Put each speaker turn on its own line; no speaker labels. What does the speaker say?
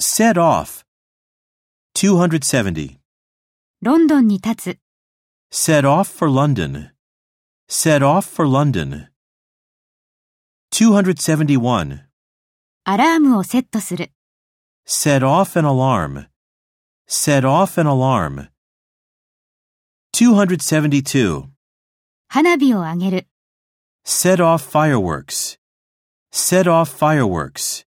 Set off. 270.
ロンドンに立つ、
Set off for London. Set off for London. 271.
アラームをセットする、
Set off an alarm. Set off an alarm. 272.
花火を上げる。
Set off fireworks. Set off fireworks.